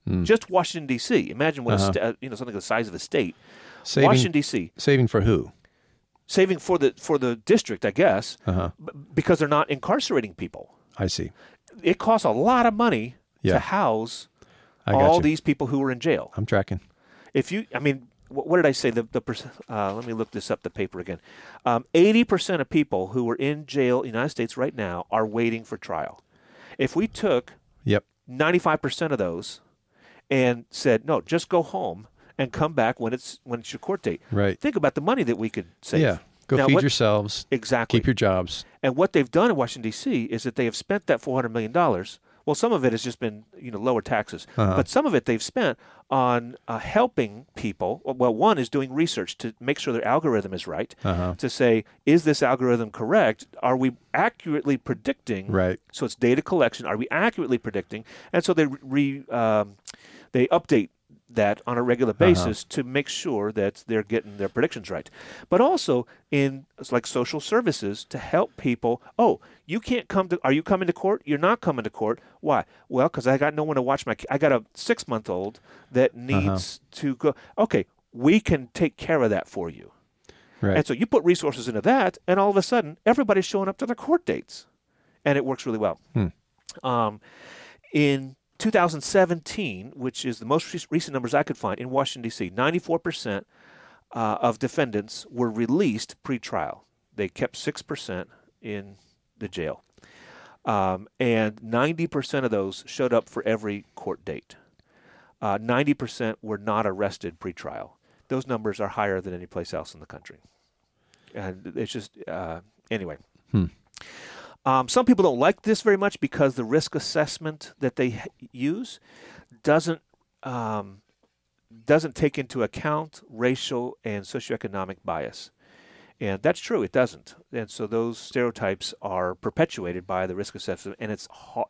Speaker 1: Hmm.
Speaker 2: Just Washington D.C. Imagine what a sta- uh, you know something the size of a state.
Speaker 1: Uh-huh. Saving-
Speaker 2: Washington D.C.
Speaker 1: Saving for who?
Speaker 2: saving for the for the district, I guess,
Speaker 1: Uh-huh.
Speaker 2: b- because they're not incarcerating people.
Speaker 1: I see.
Speaker 2: It costs a lot of money
Speaker 1: Yeah.
Speaker 2: to house
Speaker 1: I got
Speaker 2: all
Speaker 1: you.
Speaker 2: these people who are in jail.
Speaker 1: I'm tracking.
Speaker 2: If you, I mean, wh- what did I say? The the perc- uh, let me look this up. The paper again. Um, Eighty percent of people who are in jail in the United States right now are waiting for trial. If we took
Speaker 1: Yep.
Speaker 2: ninety-five percent of those and said no, just go home and come back when it's when it's your court date.
Speaker 1: Right.
Speaker 2: Think about the money that we could save.
Speaker 1: Yeah. Go
Speaker 2: Now,
Speaker 1: feed
Speaker 2: what-
Speaker 1: yourselves.
Speaker 2: Exactly.
Speaker 1: Keep your jobs.
Speaker 2: And what they've done in Washington D.C. is that they have spent that 400 million dollars. Well, some of it has just been you know lower taxes, but some of it they've spent on uh, helping people. Well, one is doing research to make sure their algorithm is right. To say, is this algorithm correct? Are we accurately predicting?
Speaker 1: Right.
Speaker 2: So it's data collection. Are we accurately predicting? And so they re um, they update that on a regular basis to make sure that they're getting their predictions right. But also in it's like social services to help people. Oh, you can't come to. Are you coming to court? You're not coming to court. Why? Well, because I got no one to watch my. ki- I got a six month old that needs to go. Okay, we can take care of that for you.
Speaker 1: Right.
Speaker 2: And so you put resources into that, and all of a sudden, everybody's showing up to their court dates, and it works really well. Um, in 2017, which is the most rec- recent numbers I could find in Washington D.C., 94 percent uh, of defendants were released pre-trial. They kept six percent in the jail, um, and 90 percent of those showed up for every court date. Uh, Ninety percent were not arrested pre-trial. Those numbers are higher than any place else in the country, and it's just uh, anyway. Um, some people don't like this very much because the risk assessment that they h- use doesn't um, doesn't take into account racial and socioeconomic bias, and that's true. It doesn't, and so those stereotypes are perpetuated by the risk assessment, and it's hard,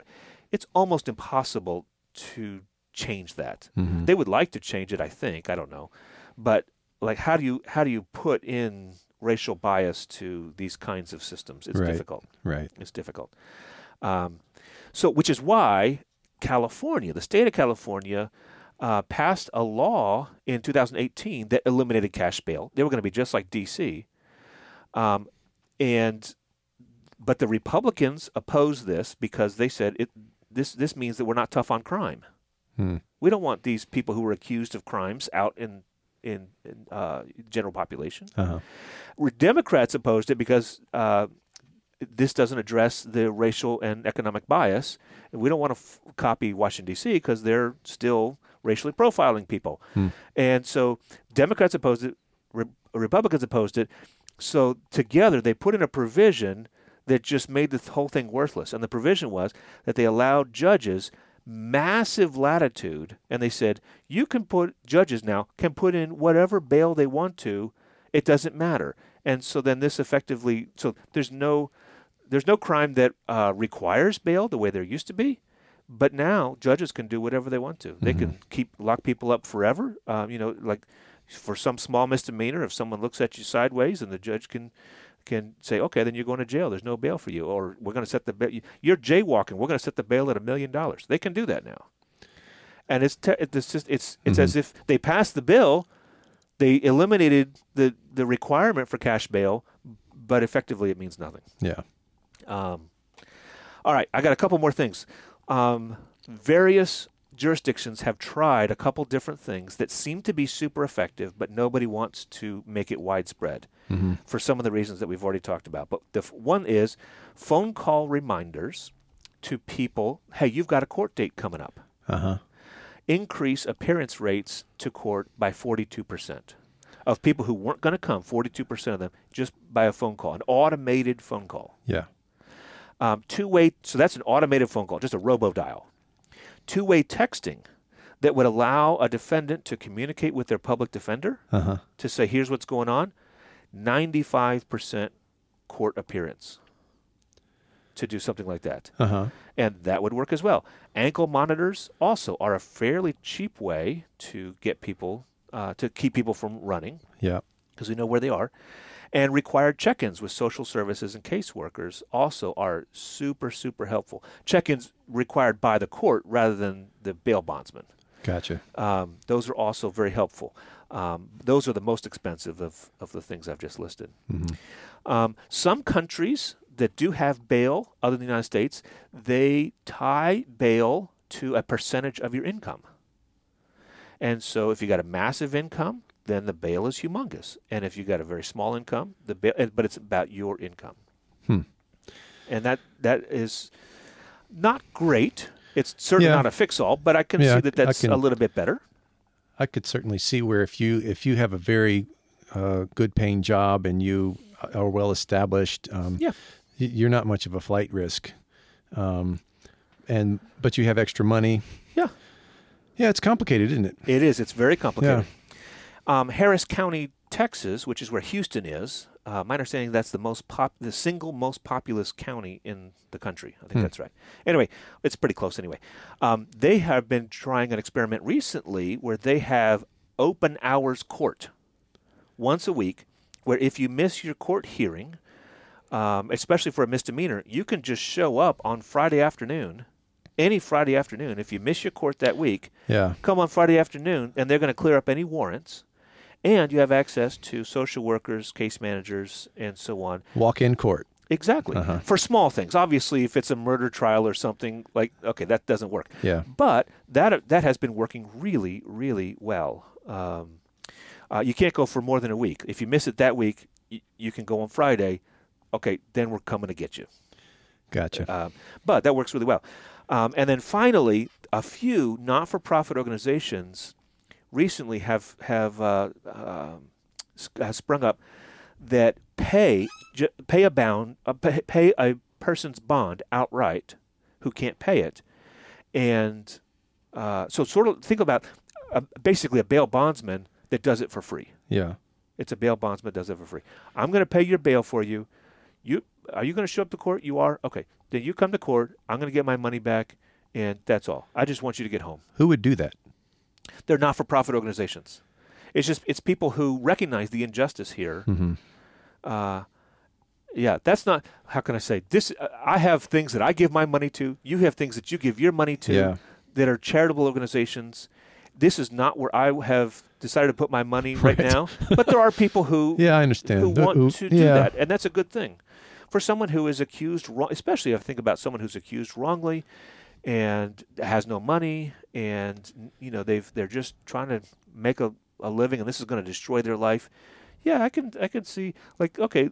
Speaker 2: it's almost impossible to change that. They would like to change it, I think. I don't know, but like, how do you how do you put in racial bias to these kinds of systems? It's
Speaker 1: Right.
Speaker 2: difficult.
Speaker 1: right.
Speaker 2: It's difficult. Um, so, which is why California, the state of California, uh, passed a law in 2018 that eliminated cash bail. They were going to be just like D.C. Um, and but the Republicans opposed this because they said it, this this means that we're not tough on crime.
Speaker 1: Hmm.
Speaker 2: We don't want these people who are accused of crimes out in in, in uh, general population
Speaker 1: Uh-huh.
Speaker 2: where Democrats opposed it because uh, this doesn't address the racial and economic bias. And we don't want to f- copy Washington, D.C. because they're still racially profiling people. And so Democrats opposed it, Re- Republicans opposed it. So together they put in a provision that just made the whole thing worthless. And the provision was that they allowed judges massive latitude and they said you can put judges now can put in whatever bail they want to it doesn't matter and so then this effectively so there's no there's no crime that uh, requires bail the way there used to be but now judges can do whatever they want to they can keep lock people up forever um, you know like for some small misdemeanor if someone looks at you sideways and the judge can can say okay then you're going to jail there's no bail for you or we're going to set the bail you're jaywalking we're going to set the bail at a million dollars they can do that now and it's te- it's just it's it's as if they passed the bill they eliminated the the requirement for cash bail but effectively it means nothing
Speaker 1: Yeah.
Speaker 2: um, all right, I got a couple more things. Um, various jurisdictions have tried a couple different things that seem to be super effective, but nobody wants to make it widespread for some of the reasons that we've already talked about. But the f- one is phone call reminders to people hey, you've got a court date coming up.
Speaker 1: Uh huh.
Speaker 2: Increase appearance rates to court by 42%. Of people who weren't going to come, 42% of them, just by a phone call, an automated phone call
Speaker 1: Yeah.
Speaker 2: um, two-way so that's an automated phone call just a robodial two-way texting that would allow a defendant to communicate with their public defender
Speaker 1: Uh-huh.
Speaker 2: to say here's what's going on 95% court appearance to do something like that
Speaker 1: Uh huh.
Speaker 2: and that would work as well ankle monitors also are a fairly cheap way to get people uh, to keep people from running
Speaker 1: Yeah.
Speaker 2: because we know where they are. And required check ins with social services and caseworkers also are super, super helpful. Check ins required by the court rather than the bail bondsman.
Speaker 1: Gotcha.
Speaker 2: Um, those are also very helpful. Um, those are the most expensive of, of the things I've just listed.
Speaker 1: Mm-hmm.
Speaker 2: Um, some countries that do have bail, other than the United States, they tie bail to a percentage of your income. And so if you got a massive income, then the bail is humongous. And if you got a very small income, the bail, eh, but it's about your income.
Speaker 1: Hmm.
Speaker 2: And that that is not great. It's certainly
Speaker 1: Yeah.
Speaker 2: not a fix all, but I can
Speaker 1: Yeah,
Speaker 2: see that
Speaker 1: I
Speaker 2: that's
Speaker 1: can-
Speaker 2: a little bit better.
Speaker 1: I could certainly see where if you if you have a very uh, good paying job and you uh, are well established, um,
Speaker 2: Yeah.
Speaker 1: y- you're not much of a flight risk, um, and but you have extra money.
Speaker 2: Yeah.
Speaker 1: Yeah, it's complicated, isn't it?
Speaker 2: It is. It's very complicated. Um, Harris County, Texas, which is where Houston is, uh, my understanding that's the most pop, the single most populous county in the country. I think that's right. Anyway, it's pretty close. Anyway, um, they have been trying an experiment recently where they have open hours court once a week, where if you miss your court hearing, um, especially for a misdemeanor, you can just show up on Friday afternoon, any Friday afternoon. If you miss your court that week,
Speaker 1: Yeah.
Speaker 2: come on Friday afternoon, and they're going to clear up any warrants. And you have access to social workers, case managers, and so on.
Speaker 1: Walk in court.
Speaker 2: Exactly. For small things. Obviously, if it's a murder trial or something, like, okay, that doesn't work.
Speaker 1: Yeah.
Speaker 2: But that, that has been working really, really well. Um, uh, you can't go for more than a week. If you miss it that week, y- you can go on Friday. Okay, then we're coming to get you.
Speaker 1: Gotcha.
Speaker 2: Um, but that works really well. Um, and then finally, a few not-for-profit organizations recently have have uh, um s- uh, sprung up that pay ju- pay a bound uh, pay, pay a person's bond outright who can't pay it, and uh, so sort of think about uh, basically a bail bondsman that does it for free.
Speaker 1: Yeah.
Speaker 2: It's a bail bondsman does it for free. I'm going to pay your bail for you. You are you going to show up to court? You are okay. Then you come to court. I'm going to get my money back, and that's all. I just want you to get home.
Speaker 1: Who would do that?
Speaker 2: They're not-for-profit organizations. It's just it's people who recognize the injustice here.
Speaker 1: Mm-hmm.
Speaker 2: Uh, yeah, that's not. How can I say this? uh, I have things that I give my money to. You have things that you give your money to
Speaker 1: Yeah.
Speaker 2: that are charitable organizations. This is not where I have decided to put my money right,
Speaker 1: Right.
Speaker 2: now. But there are people
Speaker 1: [LAUGHS]
Speaker 2: who
Speaker 1: Yeah, I understand.
Speaker 2: who
Speaker 1: The- who-
Speaker 2: want to do
Speaker 1: yeah.
Speaker 2: that, and that's a good thing for someone who is accused wrong. Especially, I think about someone who's accused wrongly and has no money, and you know they've they're just trying to make a, a living, and this is going to destroy their life. Yeah, I can I can see like okay,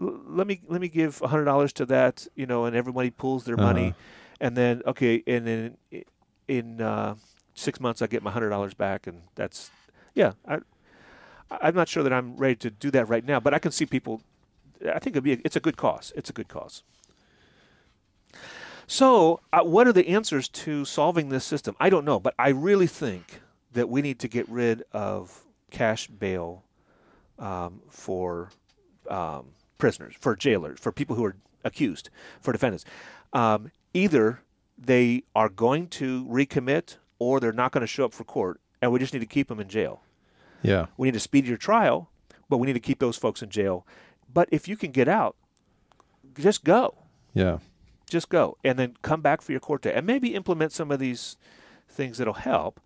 Speaker 2: l- let me let me give hundred dollars to that, you know, and everybody pulls their money, and then okay, and then i- in uh, six months I get my hundred dollars back, and that's yeah. I, I'm not sure that I'm ready to do that right now, but I can see people. I think it'd be it's a good cause. It's a good cause. So, uh, what are the answers to solving this system? I don't know, but I really think that we need to get rid of cash bail um, for um, prisoners, for jailers, for people who are accused, for defendants. Um, either they are going to recommit or they're not going to show up for court, and we just need to keep them in jail.
Speaker 1: Yeah.
Speaker 2: We need to speed your trial, but we need to keep those folks in jail. But if you can get out, just go
Speaker 1: Yeah.
Speaker 2: just go and then come back for your court day and maybe implement some of these things that'll help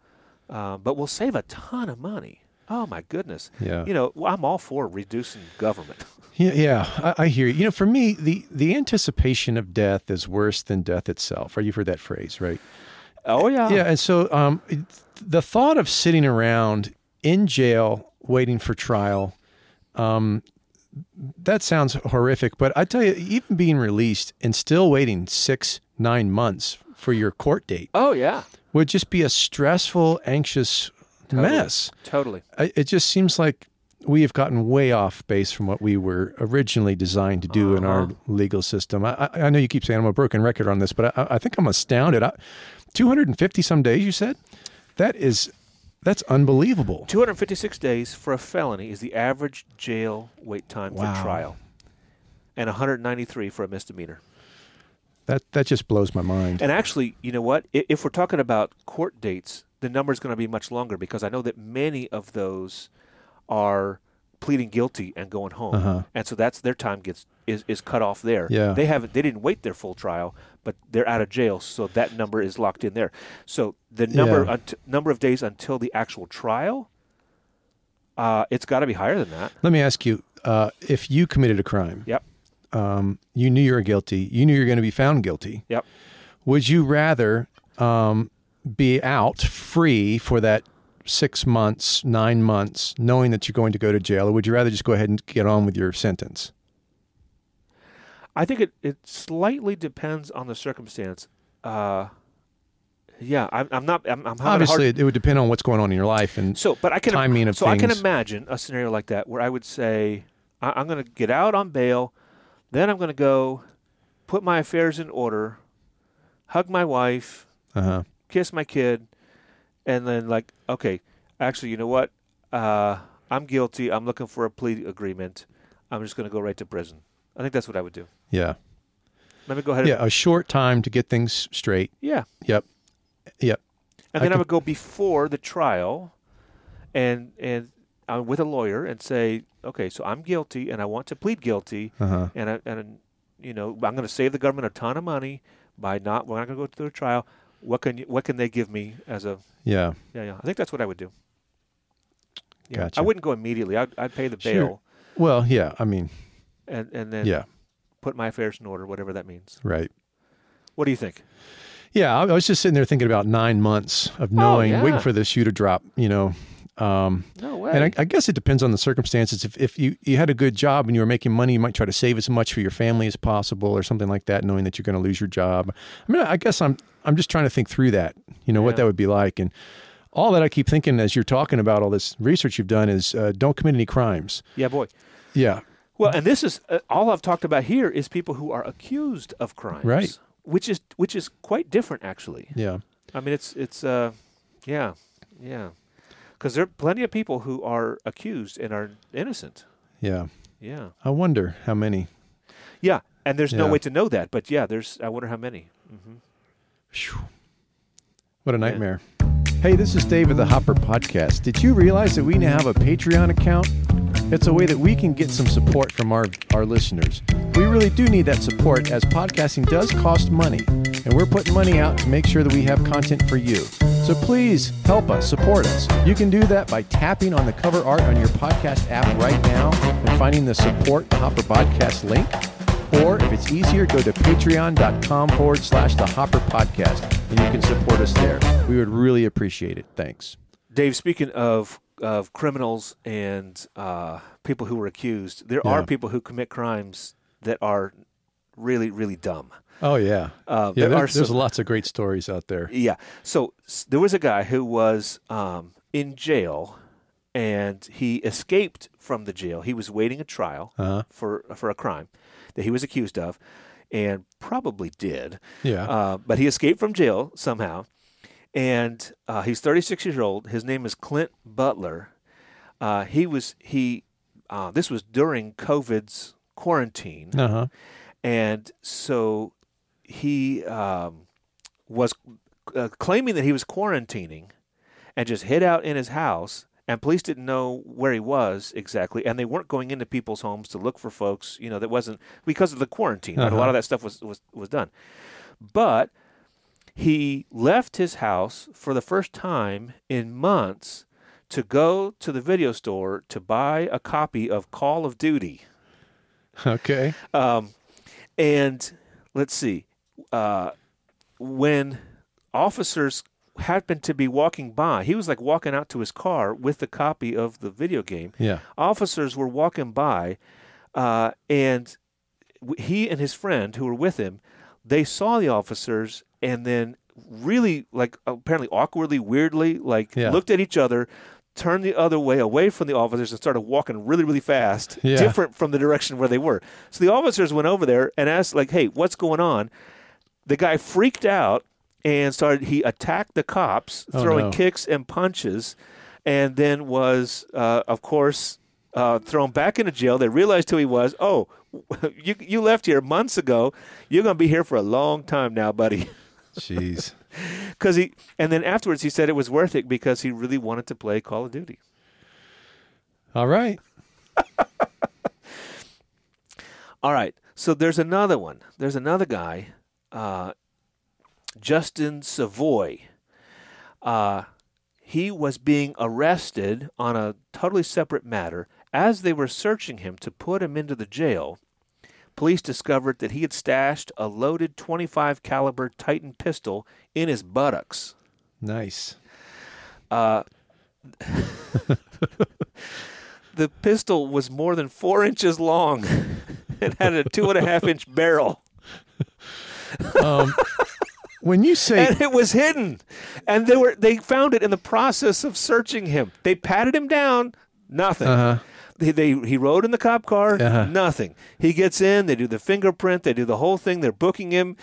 Speaker 2: um, but we'll save a ton of money oh my goodness
Speaker 1: Yeah.
Speaker 2: you know well, i'm all for reducing government [LAUGHS]
Speaker 1: Yeah, yeah, I, I hear you. You know, for me, the the anticipation of death is worse than death itself. Or you've heard that phrase, right?
Speaker 2: Oh yeah.
Speaker 1: Yeah, and so um, it- the thought of sitting around in jail waiting for trial, um, that sounds horrific. But I tell you, even being released and still waiting six, nine months for your court date
Speaker 2: Oh yeah.
Speaker 1: would just be a stressful, anxious mess.
Speaker 2: Totally.
Speaker 1: I, it just seems like we have gotten way off base from what we were originally designed to do in our legal system. I, I I know you keep saying I'm a broken record on this, but I, I think I'm astounded. I, 250 some days, you said? That is, that's unbelievable.
Speaker 2: 256 days for a felony is the average jail wait time
Speaker 1: Wow.
Speaker 2: for trial, and 193 for a misdemeanor.
Speaker 1: That that just blows my mind.
Speaker 2: And actually, you know what? I- If we're talking about court dates, the number is going to be much longer because I know that many of those are pleading guilty and going home, and so that's their time gets is, is cut off there.
Speaker 1: Uh-huh. Yeah.
Speaker 2: they haven't they didn't wait their full trial, but they're out of jail, so that number is locked in there. So the number
Speaker 1: Yeah.
Speaker 2: unt- number of days until the actual trial, uh, it's got to be higher than that.
Speaker 1: Let me ask you uh, if you committed a crime,
Speaker 2: Yep,
Speaker 1: um, you knew you were guilty, you knew you were going to be found guilty.
Speaker 2: yep.
Speaker 1: Would you rather um, be out free for that six months, nine months, knowing that you're going to go to jail, or would you rather just go ahead and get on with your sentence?
Speaker 2: I think it, it slightly depends on the circumstance. Uh, yeah, I'm, I'm not. I'm, I'm having a hard-
Speaker 1: Obviously, it would depend on what's going on in your life, and
Speaker 2: So, but I can
Speaker 1: timing of
Speaker 2: so I can
Speaker 1: things.
Speaker 2: imagine a scenario like that where I would say I- I'm going to get out on bail, then I'm going to go put my affairs in order, hug my wife,
Speaker 1: uh
Speaker 2: kiss my kid, and then like, okay, actually, you know what? Uh, I'm guilty. I'm looking for a plea agreement. I'm just going to go right to prison. I think that's what I would do.
Speaker 1: yeah,
Speaker 2: Let me go ahead. and-
Speaker 1: yeah, a short time to get things straight.
Speaker 2: yeah.
Speaker 1: Yep, yep,
Speaker 2: and
Speaker 1: I
Speaker 2: then I
Speaker 1: could-
Speaker 2: would go before the trial, and and uh, with a lawyer and say, okay, so I'm guilty, and I want to plead guilty,
Speaker 1: uh-huh.
Speaker 2: and I, and you know I'm going to save the government a ton of money by not we're not going to go through a trial. What can you, what can they give me as a
Speaker 1: yeah,
Speaker 2: yeah yeah I think that's what I would do. Yeah,
Speaker 1: Gotcha.
Speaker 2: I wouldn't go immediately. I'd, I'd pay the
Speaker 1: Sure.
Speaker 2: bail
Speaker 1: well, yeah. I mean,
Speaker 2: and and then
Speaker 1: yeah,
Speaker 2: put my affairs in order, whatever that means.
Speaker 1: right.
Speaker 2: What do you think?
Speaker 1: Yeah, I I was just sitting there thinking about nine months of knowing,
Speaker 2: Oh, yeah.
Speaker 1: waiting for the shoe to drop. You know, um,
Speaker 2: No way.
Speaker 1: And I, I guess it depends on the circumstances. If, if you, you had a good job and you were making money, you might try to save as much for your family as possible or something like that, knowing that you're going to lose your job. I mean, I guess I'm, I'm just trying to think through that, you know,
Speaker 2: Yeah.
Speaker 1: what that would be like. And all that I keep thinking as you're talking about all this research you've done is uh, don't commit any crimes.
Speaker 2: yeah, boy.
Speaker 1: Yeah.
Speaker 2: Well, and this is uh, all I've talked about here is people who are accused of crimes,
Speaker 1: Right.
Speaker 2: Which is which is quite different, actually.
Speaker 1: Yeah.
Speaker 2: I mean, it's it's uh, yeah, yeah, because there are plenty of people who are accused and are innocent.
Speaker 1: Yeah.
Speaker 2: Yeah,
Speaker 1: I wonder how many.
Speaker 2: yeah, and there's no
Speaker 1: Yeah.
Speaker 2: way to know that, but yeah, there's. I wonder how many. hmm
Speaker 1: Phew. What a nightmare. Hey, this is Dave of the Hopper Podcast. Did you realize that we now have a Patreon account? It's a way that we can get some support from our, our listeners. We really do need that support as podcasting does cost money, and we're putting money out to make sure that we have content for you. So please help us, support us. You can do that by tapping on the cover art on your podcast app right now and finding the Support the Hopper Podcast link. Or if it's easier, go to patreon.com forward slash the Hopper Podcast and you can support us there. We would really appreciate it. Thanks.
Speaker 2: Dave, speaking of of criminals and uh, people who were accused, there are
Speaker 1: Yeah.
Speaker 2: people who commit crimes that are really really dumb.
Speaker 1: Oh, yeah.
Speaker 2: Uh,
Speaker 1: yeah,
Speaker 2: there
Speaker 1: there-
Speaker 2: are
Speaker 1: there's
Speaker 2: some-
Speaker 1: lots of great stories out there.
Speaker 2: Yeah. So s- there was a guy who was um, in jail, and he escaped from the jail. He was waiting a trial
Speaker 1: Uh-huh.
Speaker 2: for for a crime that he was accused of, and probably did.
Speaker 1: Yeah.
Speaker 2: Uh, but he escaped from jail somehow, and uh, he's 36 years old. His name is Clint Butler. Uh, he was he. Uh, this was during COVID's quarantine
Speaker 1: Uh huh.
Speaker 2: and so he um, was uh, claiming that he was quarantining and just hid out in his house and police didn't know where he was exactly and they weren't going into people's homes to look for folks you know that wasn't because of the quarantine right? a lot of that stuff was, was was done but he left his house for the first time in months to go to the video store to buy a copy of Call of Duty
Speaker 1: Okay.
Speaker 2: um, and let's see. Uh, when officers happened to be walking by. He was like walking out to his car with the copy of the video game.
Speaker 1: Yeah.
Speaker 2: Officers were walking by, uh, and w- he and his friend who were with him, they saw the officers and then really like apparently awkwardly, weirdly, like
Speaker 1: Yeah.
Speaker 2: looked at each other. Turned the other way away from the officers and started walking really, really fast,
Speaker 1: Yeah.
Speaker 2: different from the direction where they were. So the officers went over there and asked, like, hey, what's going on? the guy freaked out and started he attacked the cops
Speaker 1: Oh,
Speaker 2: throwing
Speaker 1: no.
Speaker 2: kicks and punches and then was uh, of course uh, thrown back into jail they realized who he was oh [LAUGHS] you, you left here months ago you're going to be here for a long time now buddy [LAUGHS]
Speaker 1: Jeez.
Speaker 2: because he and then afterwards he said it was worth it because he really wanted to play call of duty
Speaker 1: All right.
Speaker 2: All right. So there's another one. There's another guy, uh, Justin Savoy. Uh, he was being arrested on a totally separate matter. As they were searching him to put him into the jail, police discovered that he had stashed a loaded 25 caliber Titan pistol in his buttocks.
Speaker 1: Nice.
Speaker 2: Uh, the pistol was more than four inches long [LAUGHS] and had a two and a half inch barrel.
Speaker 1: Um, when you say
Speaker 2: And it was hidden. And they were they found it in the process of searching him. They patted him down, nothing.
Speaker 1: uh,
Speaker 2: They, they he rode in the cop car,
Speaker 1: Uh-huh.
Speaker 2: nothing. He gets in, they do the fingerprint, they do the whole thing. They're booking him,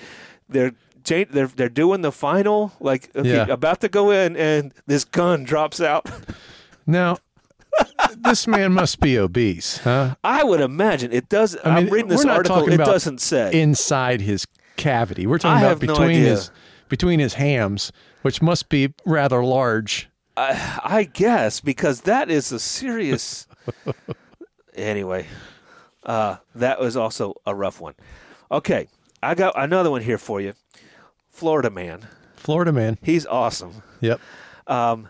Speaker 2: they're cha- they're they're doing the final, like okay,
Speaker 1: Yeah.
Speaker 2: about to go in, and this gun drops out. [LAUGHS]
Speaker 1: now, this man must be obese, huh?
Speaker 2: I would imagine it does. I
Speaker 1: mean,
Speaker 2: am reading this
Speaker 1: we're not
Speaker 2: article.
Speaker 1: talking
Speaker 2: It
Speaker 1: about
Speaker 2: doesn't say.
Speaker 1: Inside his cavity, we're talking
Speaker 2: I
Speaker 1: about
Speaker 2: have no
Speaker 1: between
Speaker 2: idea.
Speaker 1: his between his hams, which must be rather large.
Speaker 2: I, I guess because that is a serious. anyway, uh, that was also a rough one. Okay, I got another one here for you. Florida man,
Speaker 1: Florida man.
Speaker 2: he's awesome.
Speaker 1: Yep.
Speaker 2: Um,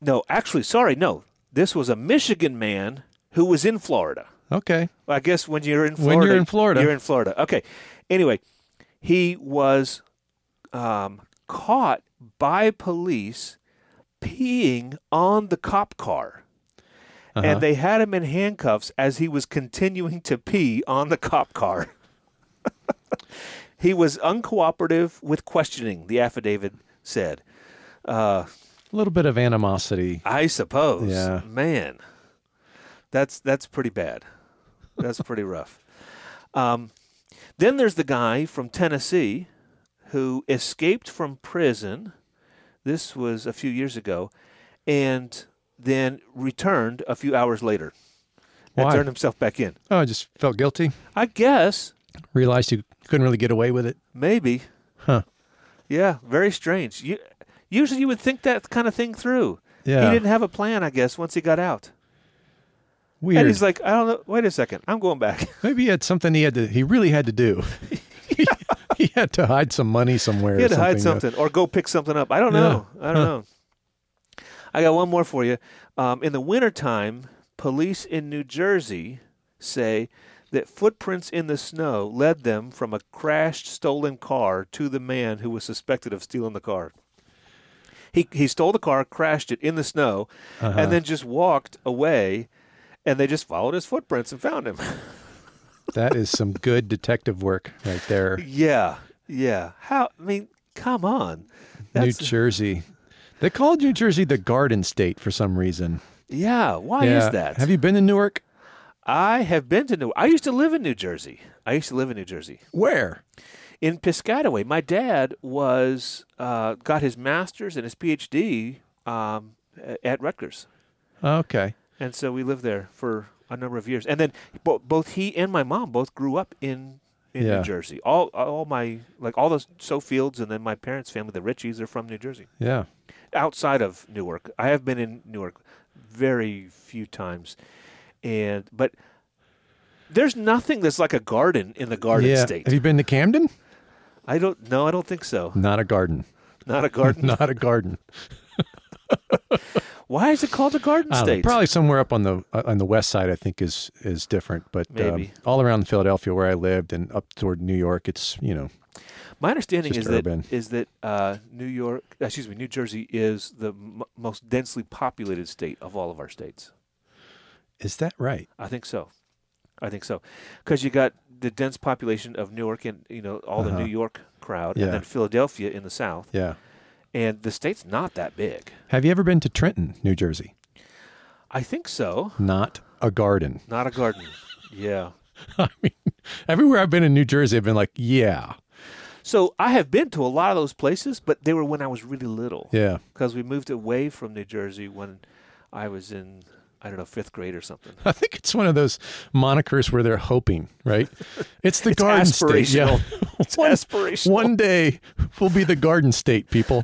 Speaker 2: no, actually, sorry, no. This was a Michigan man who was in Florida.
Speaker 1: Okay.
Speaker 2: Well, I guess when you're in
Speaker 1: When
Speaker 2: Florida,
Speaker 1: you're in Florida.
Speaker 2: you're in Florida. Okay. Anyway, he was um, caught by police peeing on the cop car,
Speaker 1: Uh-huh.
Speaker 2: and they had him in handcuffs as he was continuing to pee on the cop car. [LAUGHS] he was uncooperative with questioning. The affidavit said, uh,
Speaker 1: A little bit of animosity.
Speaker 2: "I suppose,
Speaker 1: Yeah.
Speaker 2: man, that's that's pretty bad. That's pretty rough." [LAUGHS] Um, then there's the guy from Tennessee who escaped from prison. This was a few years ago, and then returned a few hours later and
Speaker 1: Why?
Speaker 2: turned himself back in.
Speaker 1: Oh, I just felt guilty.
Speaker 2: I guess
Speaker 1: Realized you couldn't really get away with it.
Speaker 2: maybe,
Speaker 1: Huh.
Speaker 2: yeah, very strange. You, usually you would think that kind of thing through.
Speaker 1: Yeah.
Speaker 2: He didn't have a plan, I guess, once he got out.
Speaker 1: Weird.
Speaker 2: And he's like, I don't know. Wait a second. I'm going back. [LAUGHS]
Speaker 1: Maybe he had something he had to. He really had to do. [LAUGHS] he, he had to hide some money somewhere.
Speaker 2: he had
Speaker 1: or
Speaker 2: to hide
Speaker 1: something. uh,
Speaker 2: something or go pick something up. I don't
Speaker 1: Yeah.
Speaker 2: know. I don't know. I got one more for you. Um, in the wintertime, police in New Jersey say that footprints in the snow led them from a crashed, stolen car to the man who was suspected of stealing the car. He, he stole the car, crashed it in the snow,
Speaker 1: Uh-huh.
Speaker 2: and then just walked away, and they just followed his footprints and found him. [LAUGHS]
Speaker 1: That is some good detective work right there.
Speaker 2: Yeah, yeah. How? I mean, come on.
Speaker 1: New
Speaker 2: [LAUGHS] That's,
Speaker 1: Jersey. They called New Jersey the Garden State for some reason.
Speaker 2: yeah. Why
Speaker 1: yeah.
Speaker 2: is that?
Speaker 1: Have you been to Newark?
Speaker 2: I have been to New. I used to live in New Jersey. I used to live in New Jersey
Speaker 1: Where?
Speaker 2: in Piscataway. My dad was uh, got his master's and his PhD um, a- at Rutgers,
Speaker 1: Okay.
Speaker 2: and so we lived there for a number of years. And then bo- both he and my mom both grew up in. In
Speaker 1: Yeah.
Speaker 2: New Jersey, all all my like all those so fields, and then my parents' family, the Richies, are from New Jersey.
Speaker 1: Yeah.
Speaker 2: outside of Newark. I have been in Newark very few times, and but there's nothing that's like a garden in the Garden
Speaker 1: yeah.
Speaker 2: State.
Speaker 1: Have you been to Camden?
Speaker 2: I don't. No, I don't think so.
Speaker 1: Not a garden. [LAUGHS]
Speaker 2: Not a garden.
Speaker 1: Not a garden.
Speaker 2: Why is it called a Garden
Speaker 1: I don't know.
Speaker 2: [LAUGHS] State?
Speaker 1: Um, Probably somewhere up on the uh, on the west side, I think is is different. But um,
Speaker 2: Maybe.
Speaker 1: all around Philadelphia, where I lived, and up toward New York, it's you know
Speaker 2: My understanding
Speaker 1: Just
Speaker 2: is
Speaker 1: urban.
Speaker 2: that is that uh, New York, uh, excuse me, New Jersey is the m- most densely populated state of all of our states.
Speaker 1: Is that right?
Speaker 2: I think so. I think so, because you got the dense population of Newark and you know all the
Speaker 1: Uh-huh.
Speaker 2: New York crowd,
Speaker 1: Yeah.
Speaker 2: and then Philadelphia in the south,
Speaker 1: Yeah.
Speaker 2: and the state's not that big.
Speaker 1: Have you ever been to Trenton, New Jersey?
Speaker 2: I think so.
Speaker 1: Not a garden.
Speaker 2: Not
Speaker 1: [LAUGHS]
Speaker 2: a garden. yeah.
Speaker 1: I mean, everywhere I've been in New Jersey, I've been like, yeah,
Speaker 2: So I have been to a lot of those places, but they were when I was really little.
Speaker 1: yeah.
Speaker 2: Because we moved away from New Jersey when I was in, I don't know, fifth grade or something.
Speaker 1: [LAUGHS] I think it's one of those monikers where they're hoping, right? It's the
Speaker 2: [LAUGHS] It's
Speaker 1: Garden State. Yeah.
Speaker 2: aspirational. It's [LAUGHS] aspirational.
Speaker 1: [LAUGHS] One day we'll be the Garden State people.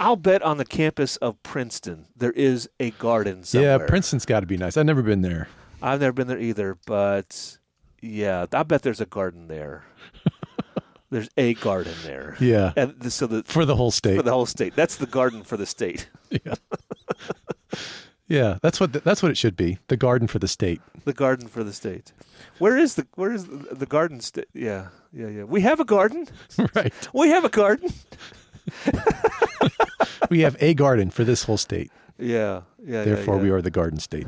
Speaker 2: I'll bet on the campus of Princeton there is a garden [LAUGHS] somewhere.
Speaker 1: Yeah, Princeton's got to be nice. I've never been there.
Speaker 2: I've never been there either, but yeah, I bet there's a garden
Speaker 1: [LAUGHS]
Speaker 2: there. there's a garden there.
Speaker 1: Yeah,
Speaker 2: And th- so the
Speaker 1: for the whole state.
Speaker 2: for the whole state, that's the garden for the state.
Speaker 1: yeah, that's what the, that's what it should be. The garden for the
Speaker 2: [LAUGHS]
Speaker 1: state.
Speaker 2: The garden for the state. Where is the where is the, the garden? Sta- yeah, yeah, yeah. We have a garden. [LAUGHS]
Speaker 1: right.
Speaker 2: We have a garden.
Speaker 1: We have a garden for this whole state.
Speaker 2: Yeah, yeah.
Speaker 1: Therefore,
Speaker 2: yeah,
Speaker 1: we
Speaker 2: yeah.
Speaker 1: are the Garden State.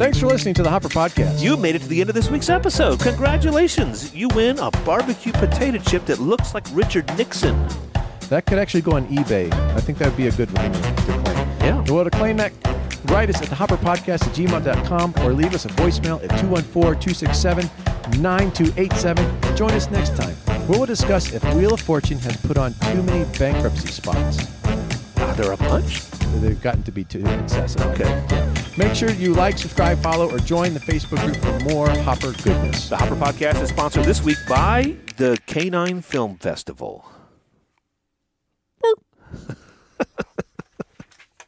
Speaker 1: Thanks for listening to the Hopper Podcast.
Speaker 2: You made it to the end of this week's episode. Congratulations! You win a barbecue potato chip that looks like Richard Nixon.
Speaker 1: That could actually go on eBay. I think that would be a good one to claim.
Speaker 2: Yeah.
Speaker 1: Well, to claim that, write us at thehopperpodcast at gmail.com or leave us a voicemail at 214 267 9287. Join us next time, where we'll discuss if Wheel of Fortune has put on too many bankruptcy spots.
Speaker 2: Are there a bunch?
Speaker 1: They've gotten to be too excessive.
Speaker 2: Okay.
Speaker 1: Make sure you like, subscribe, follow, or join the Facebook group for more Hopper goodness.
Speaker 2: The Hopper Podcast is sponsored this week by the Canine Film Festival.